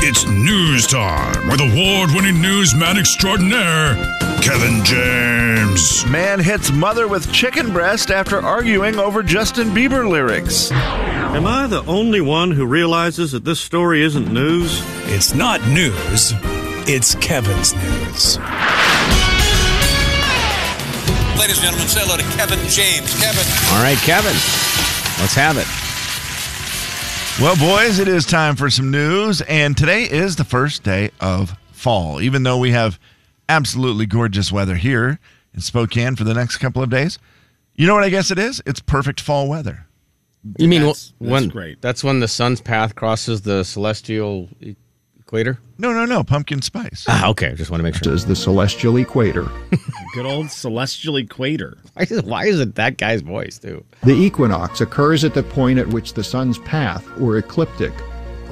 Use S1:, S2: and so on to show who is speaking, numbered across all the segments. S1: It's news time with award winning newsman extraordinaire, Kevin James.
S2: Man hits mother with chicken breast after arguing over Justin Bieber lyrics.
S3: Am I the only one who realizes that this story isn't news?
S4: It's not news, it's Kevin's news.
S5: Ladies and gentlemen, say hello to Kevin James. Kevin.
S6: All right, Kevin, let's have it.
S2: Well, boys, it is time for some news, and today is the first day of fall. Even though we have absolutely gorgeous weather here in Spokane for the next couple of days, you know what I guess it is? It's perfect fall weather.
S7: You mean
S6: That's-
S7: wh-
S6: that's
S7: when?
S6: great.
S7: That's when the sun's path crosses the celestial e- equator.
S2: No, no, no, pumpkin spice.
S7: Ah, okay. Just want to make sure.
S8: Does the celestial equator.
S6: Good old celestial equator.
S7: Why is, why is it that guy's voice too?
S8: The equinox occurs at the point at which the sun's path, or ecliptic,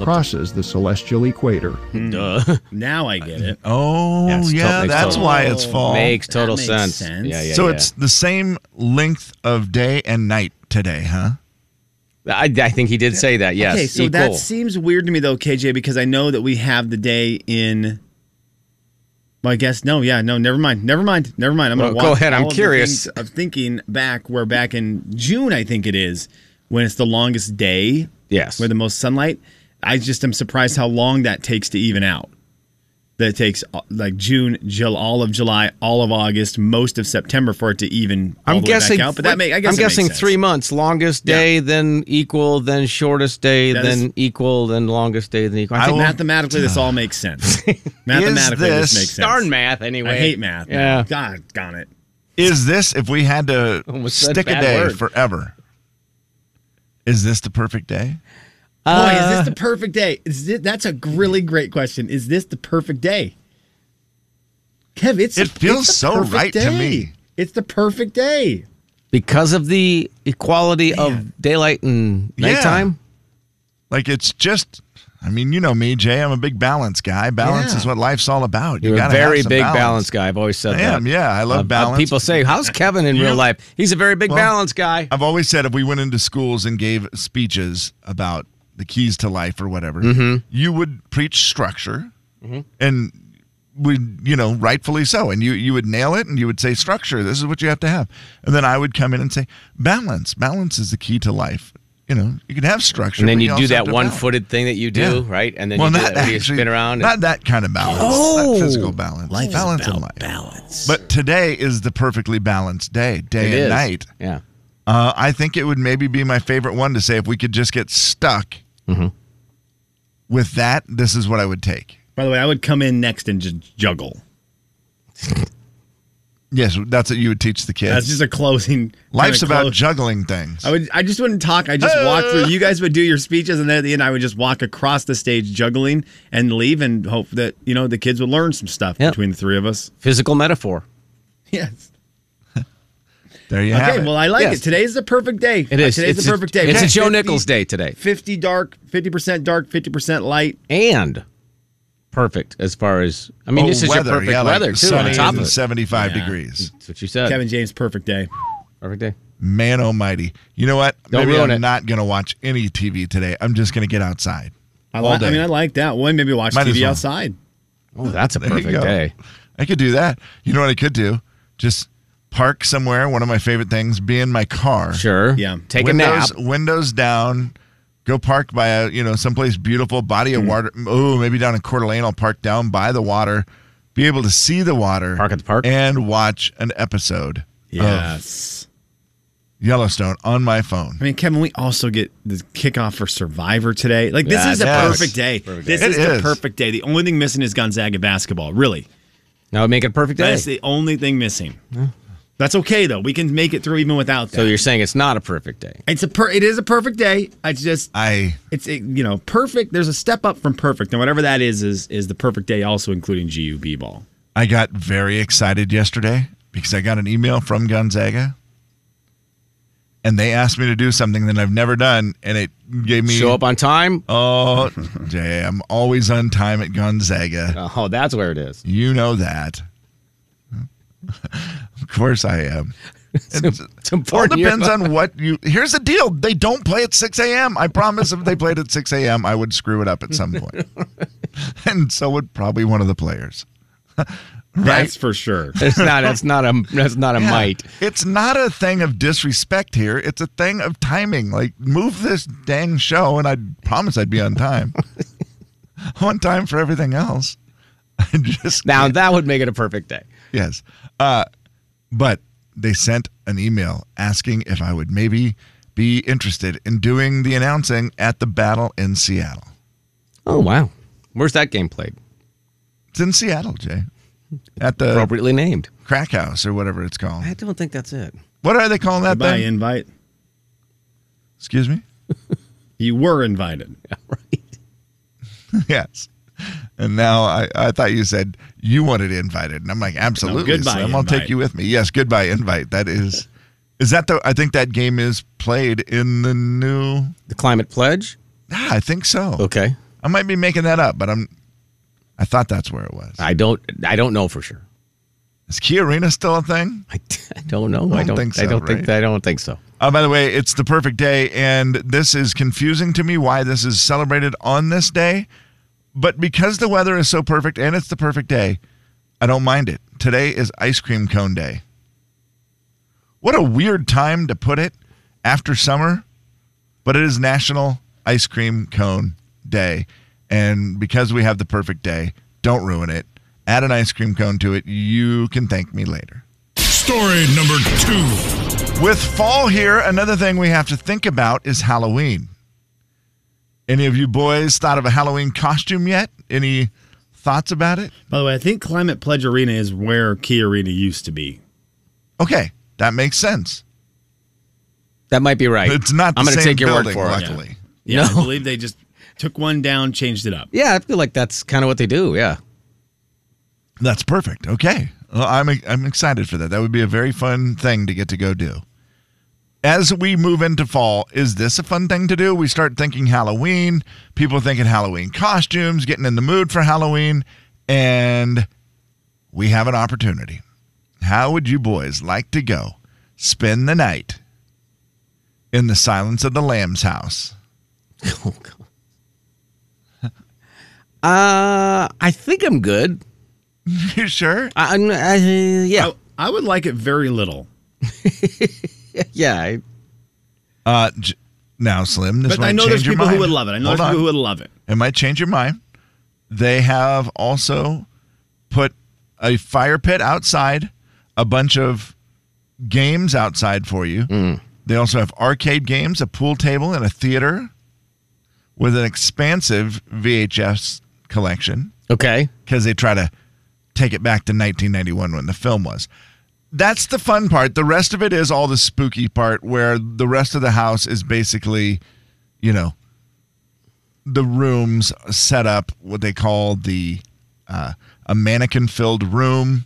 S8: crosses the celestial equator.
S9: Mm.
S7: Duh.
S9: Now I get it.
S2: Oh,
S7: Yeah,
S2: yeah,
S7: it's tot- makes
S2: that's
S7: total-
S2: why it's fall.
S7: Makes total
S9: Oh, makes
S7: sense.
S9: sense.
S7: Yeah, yeah.
S2: so
S7: yeah.
S2: it's the same length of day and night today, huh?
S7: I, I think he did say that. Yes.
S9: okay, so
S7: equal.
S9: that seems weird to me though, KJ, because I know that we have the day in. Well, I guess no, yeah, no, never mind, never mind, never mind. I'm gonna
S7: Well, go
S9: walk
S7: ahead, I'm
S9: all of the
S7: curious.
S9: things Of thinking back, where back in June, I think it is when it's the longest day,
S7: yes.
S9: where the most sunlight. I just am surprised how long that takes to even out. That it takes uh, like June, Jul- all of July, all of August, most of September for it to even. all
S7: I'm
S9: the way back
S7: guessing.
S9: out, but that make, I guess
S7: am
S9: it makes
S7: guessing
S9: sense.
S7: three months: longest
S9: Yeah.
S7: day, then equal, then shortest day,
S9: That
S7: then
S9: is-
S7: equal, then longest day, then equal. I think
S2: will-
S9: mathematically, this all makes sense. mathematically, this,
S2: this-
S9: makes sense.
S7: darn math. Anyway,
S9: I hate math.
S7: Yeah.
S9: Yeah. God, darn it.
S2: Is this if we had to
S7: Almost said
S2: stick a
S7: bad
S2: day
S7: word.
S2: forever? Is this the perfect day?
S9: Boy,
S2: Uh,
S9: is this the perfect day? Is this, that's a really great question. Is this the perfect day? Kev, it's
S2: It feels
S9: it's the
S2: so
S9: perfect
S2: right to
S9: day.
S2: me.
S9: It's the perfect day.
S7: because of the equality of daylight and
S2: Yeah.
S7: nighttime.
S2: Like it's just. I mean, you know me, Jay. I'm a big balance guy. Balance
S9: Yeah.
S2: is what life's all about. You
S7: You're a
S2: gotta have
S7: very
S2: some
S7: big balance. guy. I've always said
S2: I
S7: that.
S2: am, yeah. I love
S7: Uh, uh,
S2: balance.
S7: people say, "How's Kevin in real life?" He's a very big
S2: Well,
S7: balance guy.
S2: I've always said if we went into schools and gave speeches about the keys to life or whatever,
S7: Mm-hmm.
S2: you would preach structure, and we, you know, rightfully so, and you you would nail it, and you would say structure. This is what you have to have, and then I would come in and say balance. Balance is the key to life. You know, you can have structure,
S7: And then
S2: but
S7: you do
S2: also have
S7: that
S2: to balance.
S7: one-footed thing that you do,
S2: Yeah.
S7: right? And then
S2: well,
S7: you, do
S2: not
S7: that, where you
S2: actually-
S7: spin around. and-
S2: Not that kind of balance. Oh, not physical balance.
S9: Life is
S2: balance in
S9: about
S2: life.
S9: balance.
S2: But today is the perfectly balanced day, day and
S7: It is.
S2: night.
S7: Yeah.
S2: Uh, I think it would maybe be my favorite one to say if we could just get stuck
S7: Mm-hmm.
S2: with that. This is what I would take.
S9: By the way, I would come in next and just juggle.
S2: Yes, that's what you would teach the
S9: That's
S2: kids.
S9: just a closing. kinda
S2: Life's about
S9: close-
S2: juggling things.
S9: I would. I just wouldn't talk. I just walk through. You guys would do your speeches, and then at the end, I would just walk across the stage, juggling, and leave, and hope that you know the kids would learn some stuff
S7: Yep.
S9: between the three of us.
S7: Physical metaphor.
S9: Yes.
S2: there you have
S9: Okay.
S2: it.
S9: Well, I like
S7: Yes.
S9: it. Today's the perfect day.
S7: It is.
S9: Today's
S7: it's
S9: the perfect
S7: a,
S9: day.
S7: It's
S9: Okay.
S7: a Joe
S9: 50
S7: Nichols day today,
S9: Fifty dark, fifty percent dark, fifty percent light.
S7: and perfect as far as I mean,
S2: Oh,
S7: this is
S2: weather.
S7: your perfect
S2: yeah, like
S7: weather too.
S2: Sunny
S7: On top
S2: and
S7: of it,
S2: 75
S9: Yeah.
S2: degrees.
S7: that's what you said.
S9: Kevin James, perfect day.
S7: Perfect day.
S2: Man almighty. You know what?
S7: Don't
S2: maybe
S7: ruin
S2: I'm
S7: it.
S2: not going to watch any TV today. I'm just going to get outside.
S9: I,
S2: All
S9: li-
S2: day.
S9: I mean, I like that one. Maybe watch
S2: Might as
S9: TV
S2: well.
S9: outside.
S7: Oh, that's a
S2: There you
S7: perfect
S2: go.
S7: day.
S2: I could do that. You know what I could do? Just park somewhere. One of my favorite things, be in my car.
S7: Sure.
S9: Yeah.
S7: Take
S2: windows,
S7: a nap.
S2: Windows down. Go park by a you know someplace beautiful, body
S7: Hmm.
S2: of water. Oh, maybe down in Coeur d'Alene, I'll park down by the water, be able to see the water,
S7: Park at the park.
S2: and watch an episode of
S9: Yes.
S2: Yellowstone on my phone.
S9: I mean, Kevin, we also get the kickoff for Survivor today. Like, this
S7: Yeah,
S9: is the
S2: yes.
S9: perfect day. This
S2: day.
S9: is
S2: It
S9: the
S2: is.
S9: perfect day. The only thing missing is Gonzaga basketball. Really,
S7: That would make it a perfect day.
S9: that's the only thing missing. That's okay though. We can make it through even without that.
S7: So you're saying it's not a perfect day.
S9: it's a per- it is a perfect day. I just
S2: I
S9: it's it, you know perfect. There's a step up from perfect, and whatever that is is is the perfect day, also including GUB ball.
S2: I got very excited yesterday because I got an email from Gonzaga, and they asked me to do something that I've never done, and it gave me
S7: Show up on time.
S2: Oh, Jay, I'm always on time at Gonzaga.
S7: Oh, that's where it is.
S2: You know that. of course I am. It's,
S7: It's
S2: all
S7: important.
S2: depends on what you. Here's the deal: they don't play at 6 a.m. I promise, if they played at 6 a.m., I would screw it up at some point. and so would probably one of the players.
S9: That's for sure.
S7: It's not. It's not a. That's not a
S2: Yeah.
S7: mite.
S2: It's not a thing of disrespect here. It's a thing of timing. Like, move this dang show, and I promise I'd be on time. on time for everything else. I just
S7: Now that would make it a perfect day.
S2: yes. Uh, but they sent an email asking if I would maybe be interested in doing the announcing at the battle in Seattle.
S7: Oh wow. Where's that game played?
S2: It's in Seattle, Jay. At the
S7: Appropriately named.
S2: crack house or whatever it's called.
S7: I don't think that's it.
S2: What are they calling that
S9: By
S2: thing?
S9: invite.
S2: Excuse me?
S9: You were invited.
S7: Right.
S2: yes. And now I, I thought you said you wanted invited. And I'm like, absolutely.
S9: goodbye
S2: Slim, I'll take
S9: invite.
S2: you with me. Yes, goodbye invite. That is is that the I think that game is played in the new
S7: The climate pledge.
S2: Yeah, I think so.
S7: Okay.
S2: I might be making that up, but I'm I thought that's where it was.
S7: I don't. I don't know for sure.
S2: Is Key Arena still a thing?
S7: I, d- I don't know. I
S2: Don't
S7: don't.
S2: think
S7: I
S2: so,
S7: don't think.
S2: right?
S7: I don't think so.
S2: Uh, by the way, it's the perfect day, and this is confusing to me why this is celebrated on this day. But because the weather is so perfect and it's the perfect day, I don't mind it. Today is ice cream cone day. What a weird time to put it after summer, but it is National Ice Cream Cone Day. And because we have the perfect day, don't ruin it. Add an ice cream cone to it. You can thank me later.
S1: Story number two.
S2: With fall here, another thing we have to think about is Halloween. Any of you boys thought of a Halloween costume yet? Any thoughts about it?
S9: By the way, I think Climate Pledge Arena is where Key Arena used to be.
S2: Okay, that makes sense.
S7: That might be right.
S2: It's not the
S7: I'm gonna
S2: same
S7: take your
S2: building,
S7: word for it.
S2: luckily.
S9: Yeah,
S7: No.
S9: I believe they just took one down, changed it up.
S7: Yeah, I feel like that's kind of what they do. Yeah.
S2: That's perfect. Okay. Well, I'm I'm excited for that. That would be a very fun thing to get to go do. As we move into fall, is this a fun thing to do? We start thinking Halloween, people thinking Halloween costumes, getting in the mood for Halloween, and we have an opportunity. How would you boys like to go spend the night in the silence of the lamb's house?
S7: Oh god. Uh, I think I'm good.
S2: you sure?
S7: I, I'm. I, yeah.
S9: I, I would like it very little.
S7: Yeah. I,
S2: Uh, j- now, Slim, this
S9: But
S2: might
S9: I know there's
S2: change your
S9: people who
S2: mind.
S9: would love it. I know
S2: Hold
S9: there's
S2: on.
S9: people who would love it.
S2: it might change your mind. They have also put a fire pit outside, a bunch of games outside for you. They also have arcade games, a pool table, and a theater with an expansive VHS collection
S7: okay.
S2: because they try to take it back to 1991 when the film was. That's the fun part. The rest of it is all the spooky part where the rest of the house is basically, you know, the rooms set up what they call the uh, a mannequin filled room,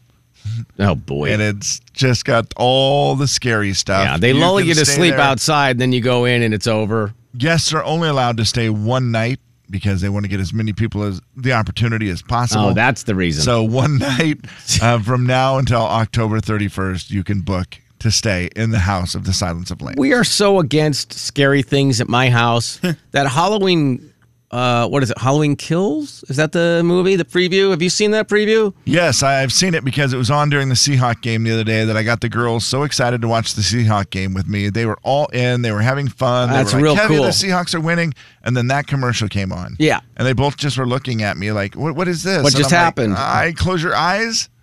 S7: Oh boy.
S2: and it's just got all the scary stuff.
S7: yeah, they lull
S2: can
S7: you to
S2: stay
S7: sleep
S2: there.
S7: outside, then you go in and it's over.
S2: Guests are only allowed to stay one night because they want to get as many people as the opportunity as possible.
S7: Oh, that's the reason.
S2: So one night uh, from now until October 31st, you can book to stay in the House of the Silence of Lambs.
S7: we are so against scary things at my house that Halloween. Uh, what is it? Halloween Kills? Is that the movie? The preview? Have you seen that preview?
S2: yes, I- I've seen it because it was on during the Seahawk game the other day that I got the girls so excited to watch the Seahawk game with me. They were all in. They were having fun. They
S7: That's
S2: were like,
S7: real
S2: "Kevin,
S7: cool."
S2: The Seahawks are winning, and then that commercial came on.
S7: Yeah.
S2: and they both just were looking at me like, "What? What is this?
S7: What
S2: And
S7: just
S2: I'm like,
S7: happened?
S2: I close your eyes.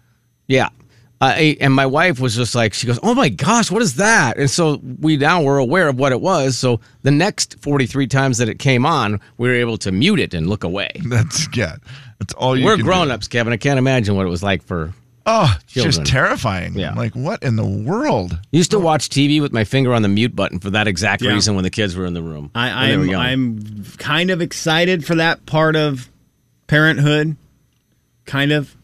S7: Yeah. I, and my wife was just like, she goes, Oh my gosh, what is that? And so we now were aware of what it was. So the next 43 times that it came on, we were able to mute it and look away.
S2: That's yeah. That's all you.
S7: we're
S2: can do.
S7: grown ups, Kevin. I can't imagine what it was like for.
S2: Oh, it's just
S7: children.
S2: terrifying.
S7: Yeah.
S2: Like what in the world?
S7: I used to watch TV with my finger on the mute button for that exact
S9: Yeah.
S7: reason when the kids were in the room. When
S9: I,
S7: they were
S9: I'm
S7: young.
S9: I'm kind of excited for that part of parenthood. Kind of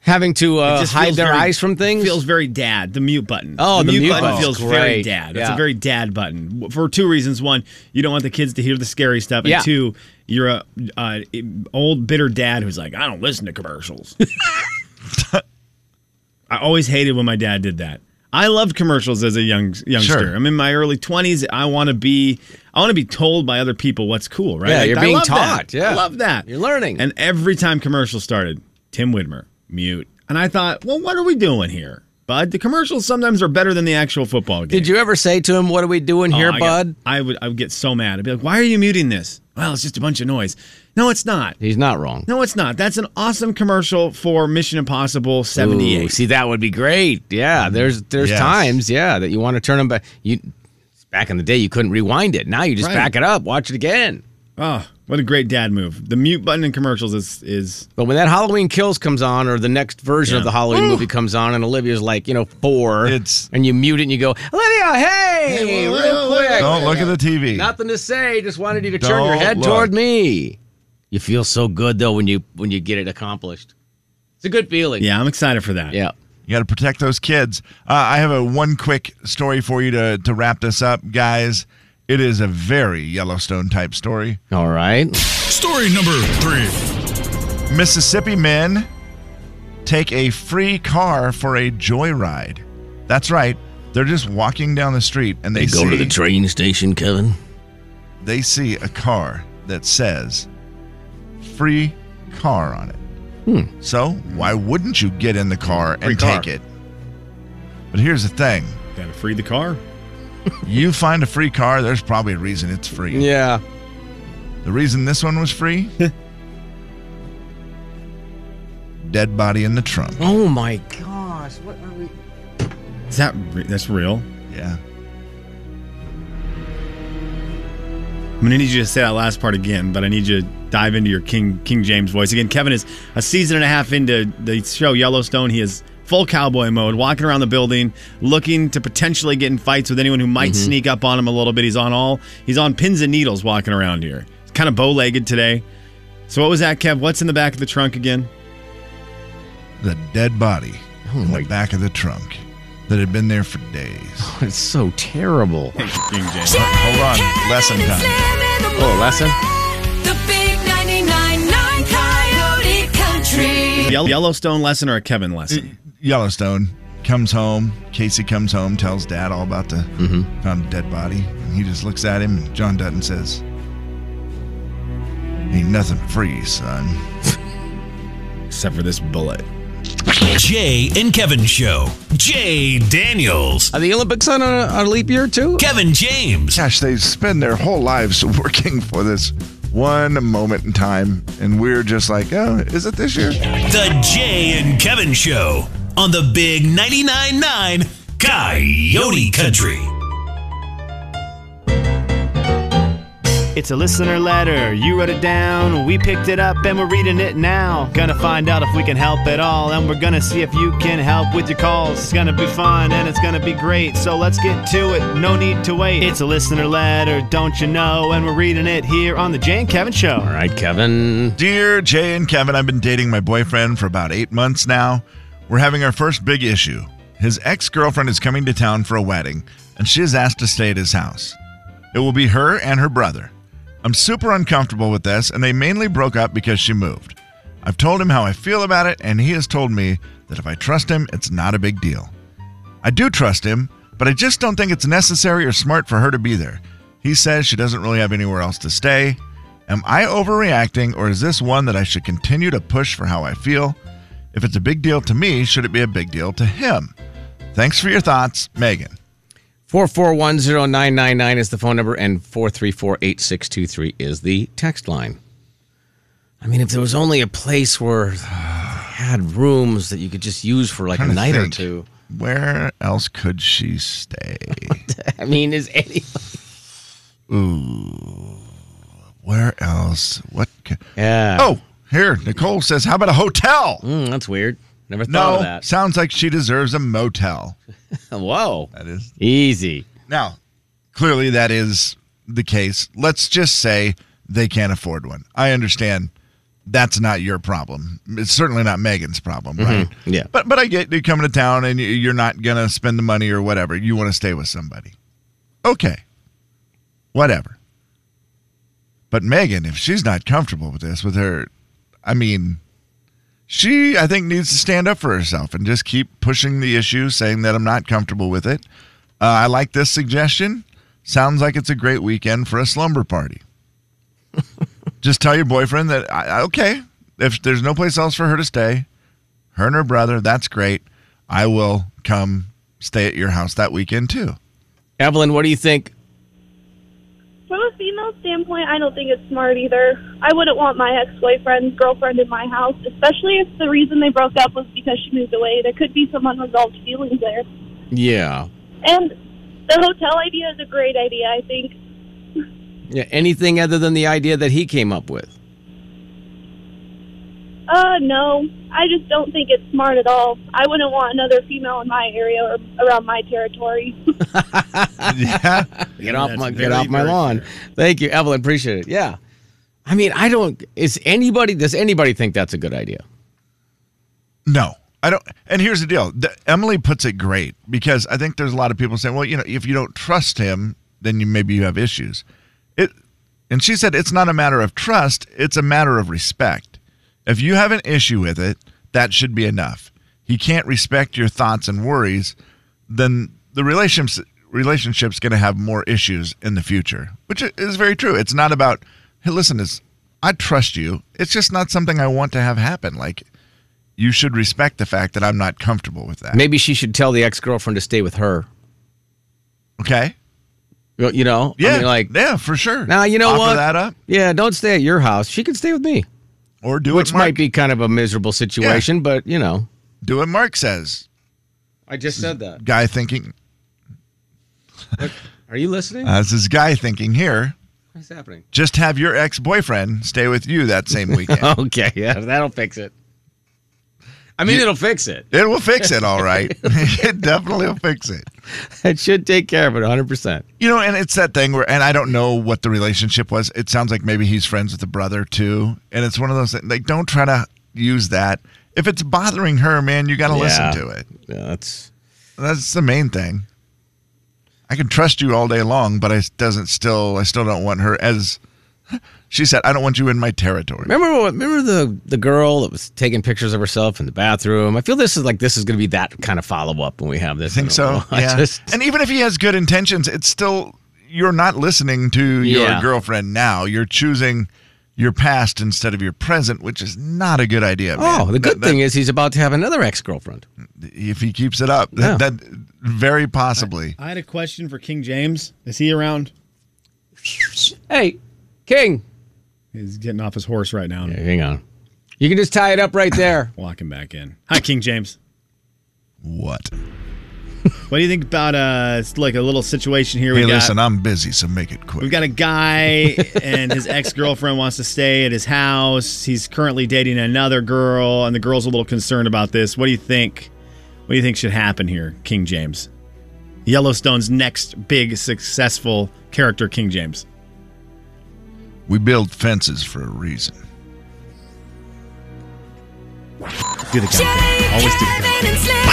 S7: having to
S9: It
S7: uh,
S9: just
S7: hide
S9: feels
S7: their
S9: very-
S7: eyes from things.
S9: Feels very dad. The mute button.
S7: Oh, the mute button's
S9: feels very
S7: great.
S9: dad. It's
S7: Yeah.
S9: a very dad button W- for two reasons. One, you don't want the kids to hear the scary stuff, and
S7: Yeah.
S9: two, you're a uh, old bitter dad who's like, I don't listen to commercials. I always hated when my dad did that. I loved commercials as a young youngster.
S2: Sure.
S9: I'm in my early 20s. I want to be I want to be told by other people what's cool, right?
S7: Yeah, you're
S9: I
S7: being
S9: love that.
S7: taught, yeah.
S9: I love that.
S7: You're learning.
S9: And every time commercials started, Tim Widmer mute, and I thought, well, what are we doing here? Bud, the commercials sometimes are better than the actual football game.
S7: Did you ever say to him, "What are we doing
S9: Oh,
S7: here,
S9: I got-
S7: bud?"
S9: I would I would get so mad. I'd be like, why are you muting this? Well, it's just a bunch of noise. No, it's not.
S7: He's not wrong.
S9: No, it's not. That's an awesome commercial for Mission Impossible 78.
S7: Ooh, see, that would be great.
S9: Mm-hmm.
S7: Yeah, there's there's
S2: Yes.
S7: times, yeah, that you want to turn them back. You back in the day, you couldn't rewind it. Now you just
S9: Right.
S7: back it up, watch it again.
S9: Oh, what a great dad move. The mute button in commercials is is
S7: But when that Halloween Kills comes on, or the next version of the Halloween movie comes on, and Olivia's like, you know, four,
S2: It's-
S7: and you mute it and you go, Olivia, hey,
S9: Hey, whoa,
S7: real
S9: whoa, whoa,
S7: quick,
S2: Don't look at the TV.
S7: nothing to say, just wanted you to turn your
S2: Don't
S7: head
S2: look.
S7: toward me. You feel so good though when you when you get it accomplished. It's a good feeling.
S9: Yeah, I'm excited for that.
S7: yeah.
S2: You got to protect those kids. Uh, I have a one quick story for you to to wrap this up, guys. It is a very Yellowstone type story.
S7: All right.
S1: Story number three.
S2: Mississippi men take a free car for a joyride. That's right. They're just walking down the street and they, see,
S7: train station, Kevin.
S2: they see a car that says free car on it. So why wouldn't you get in the car and
S9: Free car.
S2: take it? But here's the thing.
S9: Gotta free the car.
S2: You find a free car, there's probably a reason it's free.
S7: Yeah.
S2: The reason this one was free? Dead body in the trunk.
S7: Oh my gosh, what are we?
S9: Is that re- that's real?
S2: Yeah.
S9: I'm gonna need you to say that last part again, but I need you to dive into your King King James voice again. Kevin is a season and a half into the show Yellowstone. He is full cowboy mode, walking around the building, looking to potentially get in fights with anyone who might sneak up on him a little bit. He's on all he's on pins and needles walking around here. He's kind of bow legged today. So what was that, Kev? What's in the back of the trunk again?
S2: The dead body in
S7: Oh my-
S2: the back of the trunk that had been there for days.
S7: It's so terrible.
S9: Thank you, King James.
S2: Hold on. Lesson time.
S7: Oh, lesson.
S10: The big 99.9 Coyote Country.
S9: Yell- Yellowstone lesson or a Kevin lesson?
S2: Yellowstone comes home. Casey comes home, tells dad all about the
S7: Mm-hmm.
S2: found dead body. And he just looks at him, and John Dutton says, Ain't nothing free, son.
S9: Except for this bullet.
S4: Jay and Kevin Show. Jay Daniels.
S7: Are the Olympics on a, a leap year too?
S4: Kevin James.
S2: Gosh, they spend their whole lives working for this one moment in time, and we're just like, oh, is it this year?
S4: The Jay and Kevin Show on the Big 99.9 9 Coyote Country.
S11: It's a listener letter. You wrote it down. We picked it up and we're reading it now. Gonna find out if we can help at all. And we're gonna see if you can help with your calls. It's gonna be fun and it's gonna be great. So let's get to it. No need to wait. It's a listener letter, don't you know? And we're reading it here on The Jane Kevin Show.
S7: All right, Kevin.
S2: Dear Jay and Kevin, I've been dating my boyfriend for about eight months now. We're having our first big issue. His ex girlfriend is coming to town for a wedding, and she is asked to stay at his house. It will be her and her brother. I'm super uncomfortable with this, and they mainly broke up because she moved. I've told him how I feel about it, and he has told me that if I trust him, it's not a big deal. I do trust him, but I just don't think it's necessary or smart for her to be there. He says she doesn't really have anywhere else to stay. Am I overreacting, or is this one that I should continue to push for how I feel? If it's a big deal to me, should it be a big deal to him? Thanks for your thoughts, Megan.
S7: Four four one zero nine nine nine is the phone number, and four three four eight six two three is the text line. I mean, if there was only a place where they had rooms that you could just use for like a
S2: Trying to
S7: night or
S2: think,
S7: two.
S2: Where else could she stay?
S7: I mean, is any?
S2: Where else? What? ca-
S7: Yeah.
S2: oh, here, Nicole says, how about a hotel?
S7: Mm, that's weird. Never thought of
S2: No,
S7: that.
S2: sounds like she deserves a motel.
S7: Whoa.
S2: That is
S7: Easy.
S2: Now, clearly that is the case. Let's just say they can't afford one. I understand that's not your problem. It's certainly not Megan's problem, right?
S7: Yeah.
S2: But but I get you coming to town and you- you're not gonna spend the money or whatever. You want to stay with somebody. Okay. Whatever. But Megan, if she's not comfortable with this, with her, I mean, she, I think, needs to stand up for herself and just keep pushing the issue, saying that I'm not comfortable with it. Uh, I like this suggestion. Sounds like it's a great weekend for a slumber party. just tell your boyfriend that, I, I- okay, if there's no place else for her to stay, her and her brother, that's great. I will come stay at your house that weekend too.
S7: Evelyn, what do you think?
S12: From a female standpoint, I don't think it's smart either. I wouldn't want my ex boyfriend's girlfriend in my house, especially if the reason they broke up was because she moved away. There could be some unresolved feelings there.
S7: Yeah.
S12: And the hotel idea is a great idea, I think.
S7: Yeah. Anything other than the idea that he came up with?
S12: Uh, no, I just don't think it's smart at all. I wouldn't want another female in my area or around my territory.
S2: yeah.
S7: Get off
S12: That's
S7: my
S12: very,
S7: get off my
S12: very
S7: lawn. Thank you, Evelyn. Appreciate it. Yeah. I mean, I don't. Is anybody? Does anybody think that's a good idea?
S2: No, I don't. And here's the deal: the, Emily puts it great because I think there's a lot of people saying, "Well, you know, if you don't trust him, then you maybe you have issues." It, and she said, it's not a matter of trust; it's a matter of respect. If you have an issue with it, that should be enough. He can't respect your thoughts and worries, then the relationship relationship's going to have more issues in the future, which i- is very true. It's not about, hey, listen, it's I trust you. It's just not something I want to have happen. Like you should respect the fact that I'm not comfortable with that.
S7: Maybe she should tell the ex girlfriend to stay with her.
S2: Okay.
S7: You you know. I
S2: Yeah,
S7: mean, like
S2: yeah, for sure.
S7: Now you know
S2: Offer
S7: what?
S2: that up.
S7: Yeah, don't stay at your house. She can stay with me.
S2: Or do
S7: which might be kind of a miserable situation, but you know.
S2: Do what Mark says.
S7: I just said that.
S2: Guy thinking.
S7: Are you listening?
S2: Uh, this is guy thinking here.
S7: What's happening?
S2: Just have your ex boyfriend stay with you that same weekend.
S7: okay, yeah, that'll fix it. I mean, it'll fix it.
S2: It will fix it, all right. it definitely will fix it.
S7: It should take care of it 100%.
S2: You know, and it's that thing where, and I don't know what the relationship was. It sounds like maybe he's friends with the brother too. And it's one of those things, like, don't try to use that. If it's bothering her, man, you got to
S7: Yeah.
S2: listen to it.
S7: Yeah, that's
S2: That's the main thing. I can trust you all day long, but I doesn't still, I still don't want her as, she said, I don't want you in my territory.
S7: Remember what remember the the girl that was taking pictures of herself in the bathroom? I feel this is like this is going to be that kind of follow up when we have this. I
S2: think
S7: don't
S2: so.
S7: know. I
S2: yeah.
S7: just-
S2: and even if he has good intentions, it's still you're not listening to your
S7: Yeah.
S2: girlfriend now. You're choosing your past instead of your present, which is not a good idea.
S7: oh,
S2: man.
S7: the good
S2: That- that-
S7: thing is he's about to have another ex-girlfriend.
S2: if he keeps it up,
S7: Yeah.
S2: that, that very possibly.
S9: I had a question for King James. Is he around?
S7: Hey, King.
S9: He's getting off his horse right now.
S7: hang on. You can just tie it up right there.
S9: Walking back in. Hi, King James.
S2: What?
S9: What do you think about uh it's like a little situation here?
S2: Hey,
S9: we got,
S2: listen, I'm busy, so make it quick.
S9: We've got a guy and his ex girlfriend wants to stay at his house. He's currently dating another girl, and the girl's a little concerned about this. What do you think? What do you think should happen here, King James? Yellowstone's next big successful character, King James.
S2: We build fences for a reason.
S9: Do the countdown. Always do the
S10: Kevin and Slim.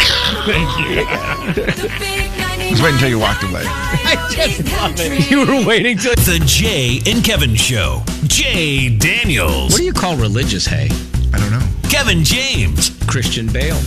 S10: The big 99.9
S2: I was waiting until you walked away.
S10: I just love it.
S7: You were waiting to
S4: the Jay and Kevin Show. Jay Daniels.
S13: What do you call religious hay?
S2: I don't know.
S4: Kevin James.
S13: Christian Bale.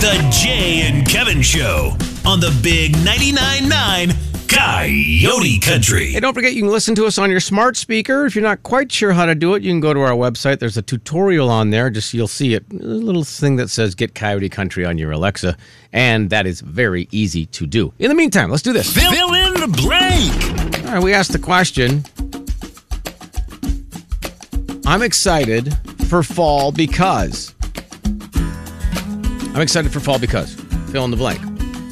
S4: The Jay and Kevin Show on the Big 99.9 Coyote Country.
S7: Hey, don't forget you can listen to us on your smart speaker. If you're not quite sure how to do it, you can go to our website. There's a tutorial on there. Just you'll see it, a little thing that says "Get Coyote Country" on your Alexa, and that is very easy to do. In the meantime, let's do this.
S4: Fill, in the blank.
S7: All right, we asked the question. I'm excited for fall because. I'm excited for fall because. Fill in the blank.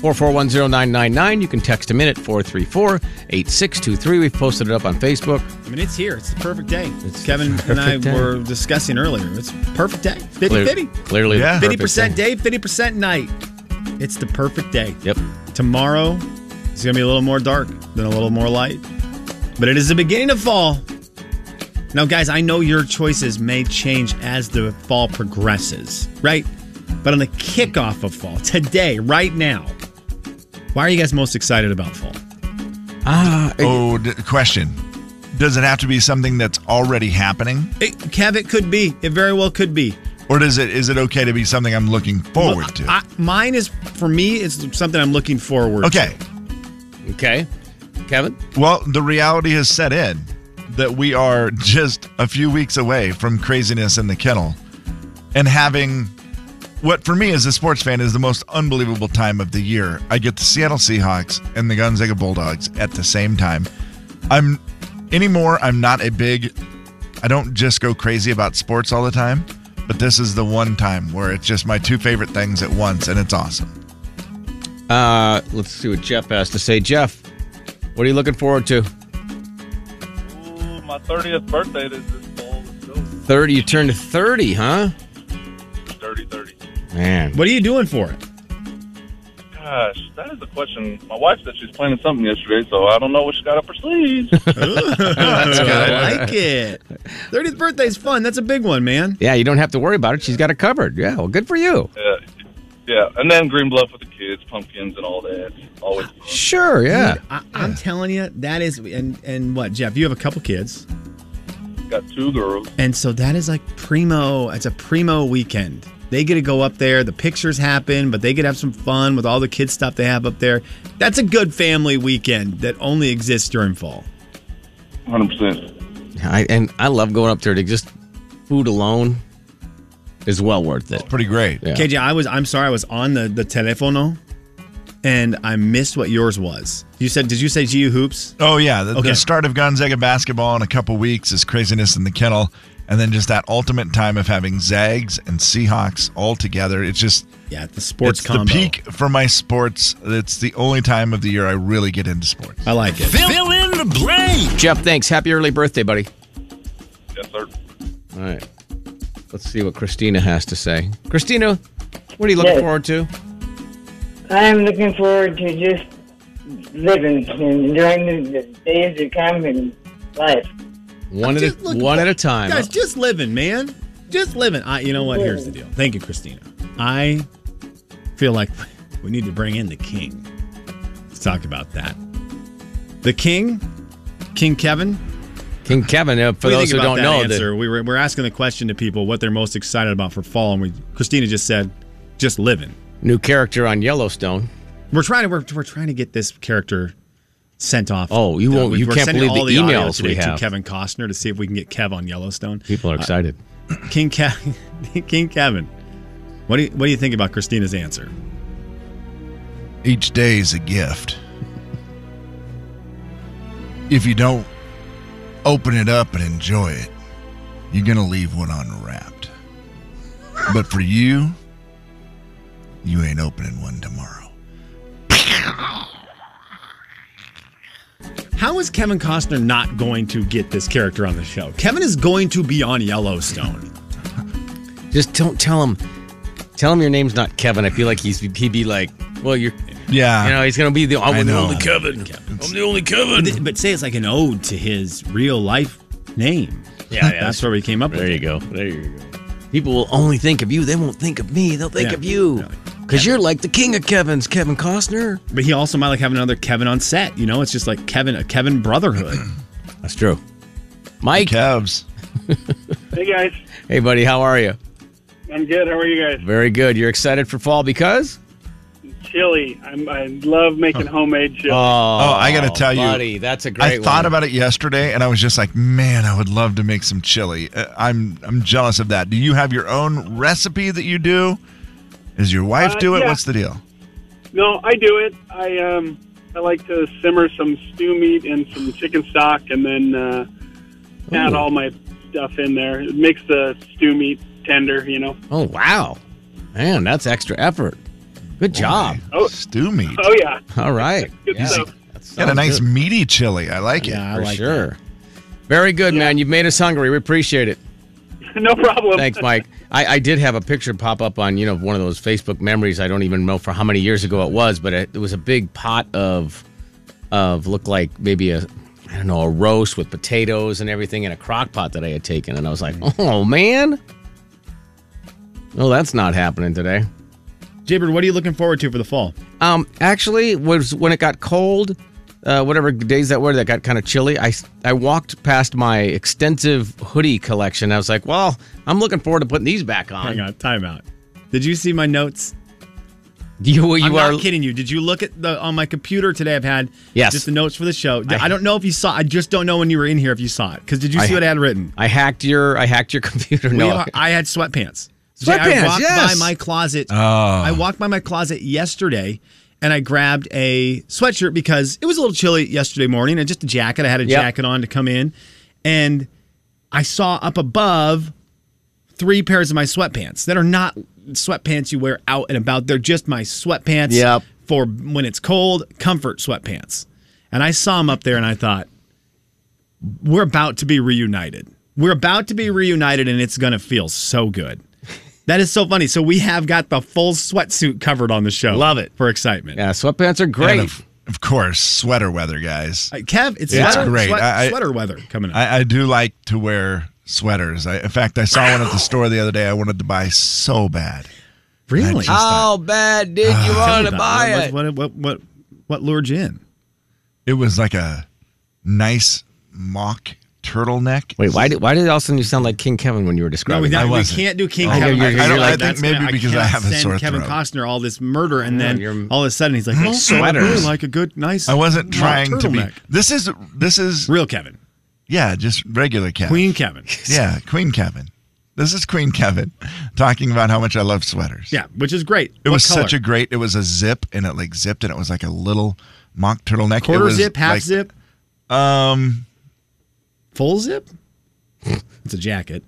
S7: 4410999. You can text a minute 434 8623. We've posted it up on Facebook.
S9: I mean, it's here. It's the perfect day. Kevin
S7: the
S9: and I
S7: perfect day.
S9: were discussing earlier. It's perfect day. 50
S7: Clear-
S9: 50.
S7: clearly the Yeah. perfect
S9: 50% day, 50% night. It's the perfect day.
S7: Yep.
S9: Tomorrow, it's going to be a little more dark, then a little more light. But it is the beginning of fall. Now, guys, I know your choices may change as the fall progresses, right? But on the kickoff of fall, today, right now, why are you guys most excited about fall?
S7: Ah,
S2: oh, d- question. Does it have to be something that's already happening?
S9: It, Kev, it could be. It very well could be.
S2: Or does it is it okay to be something I'm looking forward
S9: Well,
S2: to?
S9: I, mine is for me. It's something I'm looking forward.
S2: Okay.
S9: to.
S7: Okay. Kevin.
S2: Well, the reality has set in that we are just a few weeks away from craziness in the kennel and having what for me as a sports fan is the most unbelievable time of the year. I get the Seattle Seahawks and the Gonzaga Bulldogs at the same time. I'm anymore I'm not a big I don't just go crazy about sports all the time, but this is the one time where it's just my two favorite things at once and it's awesome.
S7: Uh, let's see what Jeff has to say. Jeff, what are you looking forward to?
S14: My 30th birthday is this fall.
S7: Thirty. You turned thirty, huh?
S14: 30, 30.
S7: Man,
S9: what are you doing for it?
S14: Gosh, that is a question. My wife said she's planning something yesterday, so I don't know what she got up her sleeve. That's
S9: I like it. 30th birthday's fun. That's a big one, man.
S7: Yeah, you don't have to worry about it. She's got it covered. Yeah, well, good for you.
S14: Yeah, yeah, and then green bluff with the kids, pumpkins, and all that. Always. fun.
S7: Sure. Yeah.
S9: Dude, I, I'm telling you, that is and and what, Jeff? You have a couple kids,
S14: Got two girls.
S9: and so that is like primo. It's a primo weekend. They get to go up there. The pictures happen, but they get to have some fun with all the kids stuff they have up there. That's a good family weekend that only exists during fall.
S14: 100%.
S7: I, and I love going up there to just food alone is well worth it.
S2: Pretty great.
S7: Yeah.
S9: KJ, I was I'm sorry, I was on the the telefono and I missed what yours was. You said did you say GU hoops?
S2: Oh yeah, the,
S9: Okay.
S2: the start of Gonzaga basketball in a couple weeks is craziness in the kennel, and then just that ultimate time of having Zags and Seahawks all together. It's just
S9: yeah, the sports
S2: It's
S9: combo.
S2: the peak for my sports. It's the only time of the year I really get into sports.
S9: I like it.
S4: Fill in the blank.
S7: Jeff, thanks. Happy early birthday, buddy.
S14: Yes, sir.
S7: All right. Let's see what Christina has to say. Christina, what are you looking
S15: Yes.
S7: forward to?
S15: I'm looking forward to just living and enjoying the days to come in life.
S7: One at
S9: just
S7: a,
S9: looking
S7: one at
S9: for-
S7: a time.
S9: Guys, just living, man. Just living. I you know what? Here's the deal. Thank you, Christina. I feel like we need to bring in the king. Let's talk about that. The king, King Kevin.
S7: King Kevin, uh, for
S9: What do you
S7: those
S9: think
S7: who don't
S9: about that
S7: know, the-
S9: answer? we were, we're asking the question to people what they're most excited about for fall, and we Christina just said, just living.
S7: New character on Yellowstone.
S9: We're trying to we're, we're trying to get this character sent off. Uh,
S7: Oh, you won't-
S9: We-
S7: you
S9: we're
S7: can't
S9: sending
S7: believe
S9: all
S7: the
S9: audio
S7: emails we
S9: today
S7: have.
S9: to Kevin Costner to see if we can get Kev on Yellowstone.
S7: People are
S9: Uh,
S7: excited.
S9: King Kev, King Kevin. What do you what do you think about Christina's answer?
S2: Each day is a gift. if you don't open it up and enjoy it, you're gonna leave one unwrapped. But for you, you ain't opening one tomorrow.
S9: How is Kevin Costner not going to get this character on the show? Kevin is going to be on Yellowstone.
S7: Just don't tell him. Tell him your name's not Kevin. I feel like he's he'd be like, well, you're.
S2: Yeah.
S7: You know, he's gonna be the.
S9: I
S7: I'm the
S9: know.
S7: only Kevin. I'm the only Kevin.
S9: But, but say it's like an ode to his real life name.
S7: Yeah, yeah,
S9: that's where we came up with.
S7: There you go. There you go. People will only think of you. They won't think of me. They'll think
S9: Yeah.
S7: of you. Because you're like the king of Kevin's, Kevin Costner.
S9: But he also might like have another Kevin on set. You know, it's just like Kevin, a Kevin brotherhood.
S7: That's true. Mike.
S2: Cavs.
S16: Hey guys,
S7: Hey, buddy. How are you?
S16: I'm good. How are you guys?
S7: Very good. You're excited for fall because?
S16: Chili. I'm, I love making homemade chili.
S2: Oh, I gotta tell you,
S7: buddy, that's a great
S2: I thought
S7: one.
S2: about it yesterday, and I was just like, man, I would love to make some chili. Uh, I'm I'm jealous of that. Do you have your own recipe that you do? Does your wife
S16: Uh,
S2: do it?
S16: yeah.
S2: What's the deal?
S16: No, I do it. I um, I like to simmer some stew meat and some chicken stock, and then uh, add
S7: Ooh.
S16: all my stuff in there. It makes the stew meat tender, you know.
S7: Oh, wow. Man, that's extra effort. Good job.
S16: Oh,
S2: stew meat.
S16: Oh yeah.
S7: All right. Yeah.
S2: Got a
S7: sounds
S2: nice
S7: good.
S2: meaty chili. I like it.
S7: For sure. Very good, man. You've made us hungry. We appreciate it.
S16: no problem.
S7: Thanks, Mike. I, I did have a picture pop up on you know one of those Facebook memories. I don't even know for how many years ago it was, but it, it was a big pot of of looked like maybe a I don't know a roast with potatoes and everything in a crock pot that I had taken, and I was like, oh man, no, that's not happening today.
S9: Jaybird, what are you looking forward to for the fall?
S7: Um, actually, was when it got cold. uh, whatever days that were that got kind of chilly, I I walked past my extensive hoodie collection. I was like, well, I'm looking forward to putting these back on.
S9: Hang on, time out. Did you see my notes?
S7: You, well, you
S9: I'm
S7: are
S9: not kidding you. Did you look at the on my computer today? I've had
S7: Yes.
S9: just the notes for the show.
S7: I-
S9: I, don't know if you saw. I just don't know when you were in here if you saw it. Because did you see
S7: I-
S9: what I had written?
S7: I hacked your I hacked your computer.
S9: We
S7: No,
S9: are- I had sweatpants. Jay,
S7: Sweatpants,
S9: I walked
S7: yes.
S9: by my closet.
S7: Oh.
S9: I walked by my closet yesterday and I grabbed a sweatshirt because it was a little chilly yesterday morning and just a jacket. I had a
S7: Yep.
S9: jacket on to come in and I saw up above three pairs of my sweatpants that are not sweatpants you wear out and about. They're just my sweatpants
S7: Yep.
S9: for when it's cold, comfort sweatpants. And I saw them up there and I thought, we're about to be reunited. We're about to be reunited, and it's going to feel so good. That is so funny. So we have got the full sweatsuit covered on the show. Love it for excitement.
S7: Yeah, sweatpants are
S2: And of, of course, sweater weather, guys.
S9: Uh, Kev, it's,
S2: It's
S9: sweater,
S2: great.
S9: sweat-
S2: I- I-
S9: sweater weather coming up.
S2: I, I do like to wear sweaters. I, in fact, I saw one at the store the other day. I wanted to buy so bad.
S9: Really?
S2: I just thought-
S7: How bad did you
S9: Ah, Tell
S7: want
S9: me
S7: to
S9: about
S7: buy it?
S9: What, what, what, what, what lured you in?
S2: it was like a nice mock turtleneck.
S7: Wait, why did why did all of a sudden you sound like King Kevin when you were describing?
S9: No,
S7: it?
S9: we, we can't do King
S7: Oh,
S9: Kevin.
S7: you're- you're
S9: I, don't-
S7: like,
S9: I think
S7: that's
S9: maybe
S7: gonna-
S9: because I,
S2: have a
S9: send
S2: sore
S9: Kevin
S2: throat.
S9: Costner all this murder, and then
S2: you're-
S9: all of a sudden he's like,
S2: Hey,
S9: oh,
S2: sweaters.
S9: I really like a good, nice.
S2: I wasn't
S9: mock
S2: trying to be.
S9: turtleneck."
S2: This is this is
S9: real Kevin.
S2: Yeah, just regular Kevin.
S9: Queen Kevin.
S2: Yeah, Queen Kevin. This is Queen Kevin talking about how much I love sweaters.
S9: Yeah, which is great.
S2: It
S9: What
S2: was
S9: color?
S2: such a great. It was a zip, and it like zipped, and it was like a little mock turtleneck. It
S9: quarter
S2: was
S9: zip, half
S2: like-
S9: zip,
S2: um,
S9: full zip. it's a jacket.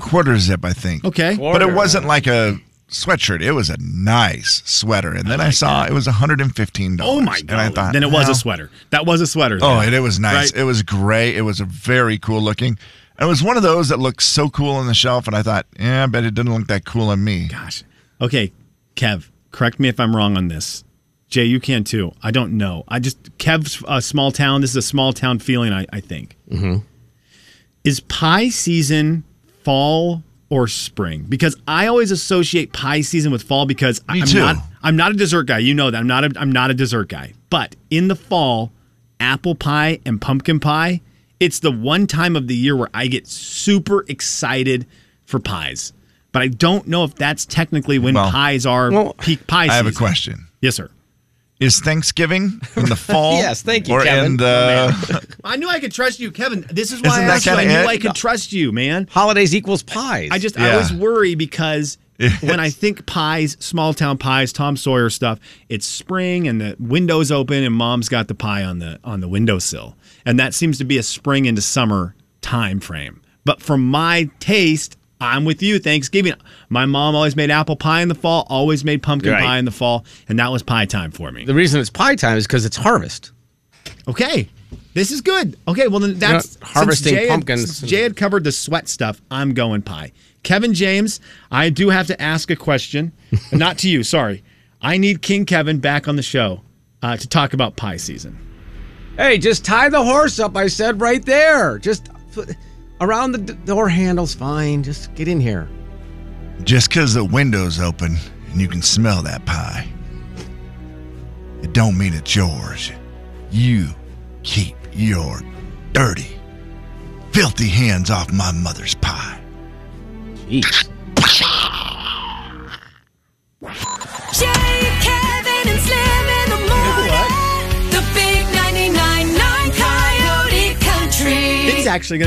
S2: quarter zip, I think.
S9: Okay,
S2: but it wasn't like a sweatshirt. It was a nice sweater, and then I, saw it was one hundred and fifteen dollars.
S9: Oh my
S2: And I
S9: god!
S2: thought,
S9: then it was
S2: well,
S9: a sweater. That was a sweater.
S2: Oh,
S9: then.
S2: and it was nice.
S9: Right?
S2: It was gray. It was very cool looking. And it was one of those that looked so cool on the shelf, and I thought, yeah, I bet it didn't look that cool on me.
S9: Gosh. Okay, Kev, correct me if I'm wrong on this. Jay, you can too. I don't know. I just Kev's a small town. This is a small town feeling. I, I think.
S7: Mm-hmm.
S9: Is pie season fall or spring? Because I always associate pie season with fall because I-
S2: Me
S9: I'm
S2: too.
S9: not I'm not a dessert guy. You know that. I'm not a I'm not a dessert guy. But in the fall, apple pie and pumpkin pie, it's the one time of the year where I get super excited for pies. But I don't know if that's technically when
S2: Well-
S9: pies are
S2: Well,
S9: peak pie
S2: I
S9: season.
S2: have a question.
S9: Yes, sir.
S2: Is Thanksgiving in the fall?
S9: Yes, thank you,
S2: or
S9: Kevin. Oh,
S2: in the
S9: I knew I could trust you, Kevin. This is
S2: why
S9: why
S2: Isn't I
S9: I,
S2: that asked you. I kinda
S9: knew
S2: knew it?
S9: I could trust you, man.
S7: Holidays equals pies.
S9: I just
S2: Yeah.
S9: I always worry because when I think pies, small town pies, Tom Sawyer stuff, it's spring and the windows open and mom's got the pie on the on the windowsill. And that seems to be a spring into summer time frame. But for my taste, I'm with you. Thanksgiving. My mom always made apple pie in the fall, always made pumpkin
S7: Right.
S9: pie in the fall, and that was pie time for me.
S7: the reason it's pie time is because it's harvest.
S9: Okay. This is good. Okay, well then that's
S7: know, harvesting
S9: since Jay had-
S7: pumpkins.
S9: since Jay had covered the sweat stuff. I'm going pie. Kevin James, I do have to ask a question, not to you. Sorry, I need King Kevin back on the show uh, to talk about pie season.
S7: Hey, just tie the horse up. I said right there. Just put- around the d- door handles, fine. Just get in here.
S2: just because the window's open and you can smell that pie, it don't mean it's yours. You keep your dirty, filthy hands off my mother's pie.
S7: Jeez.
S10: Jay, Kevin, and Slim in the morning. The big 99.9 Coyote Country.
S9: It's actually going to.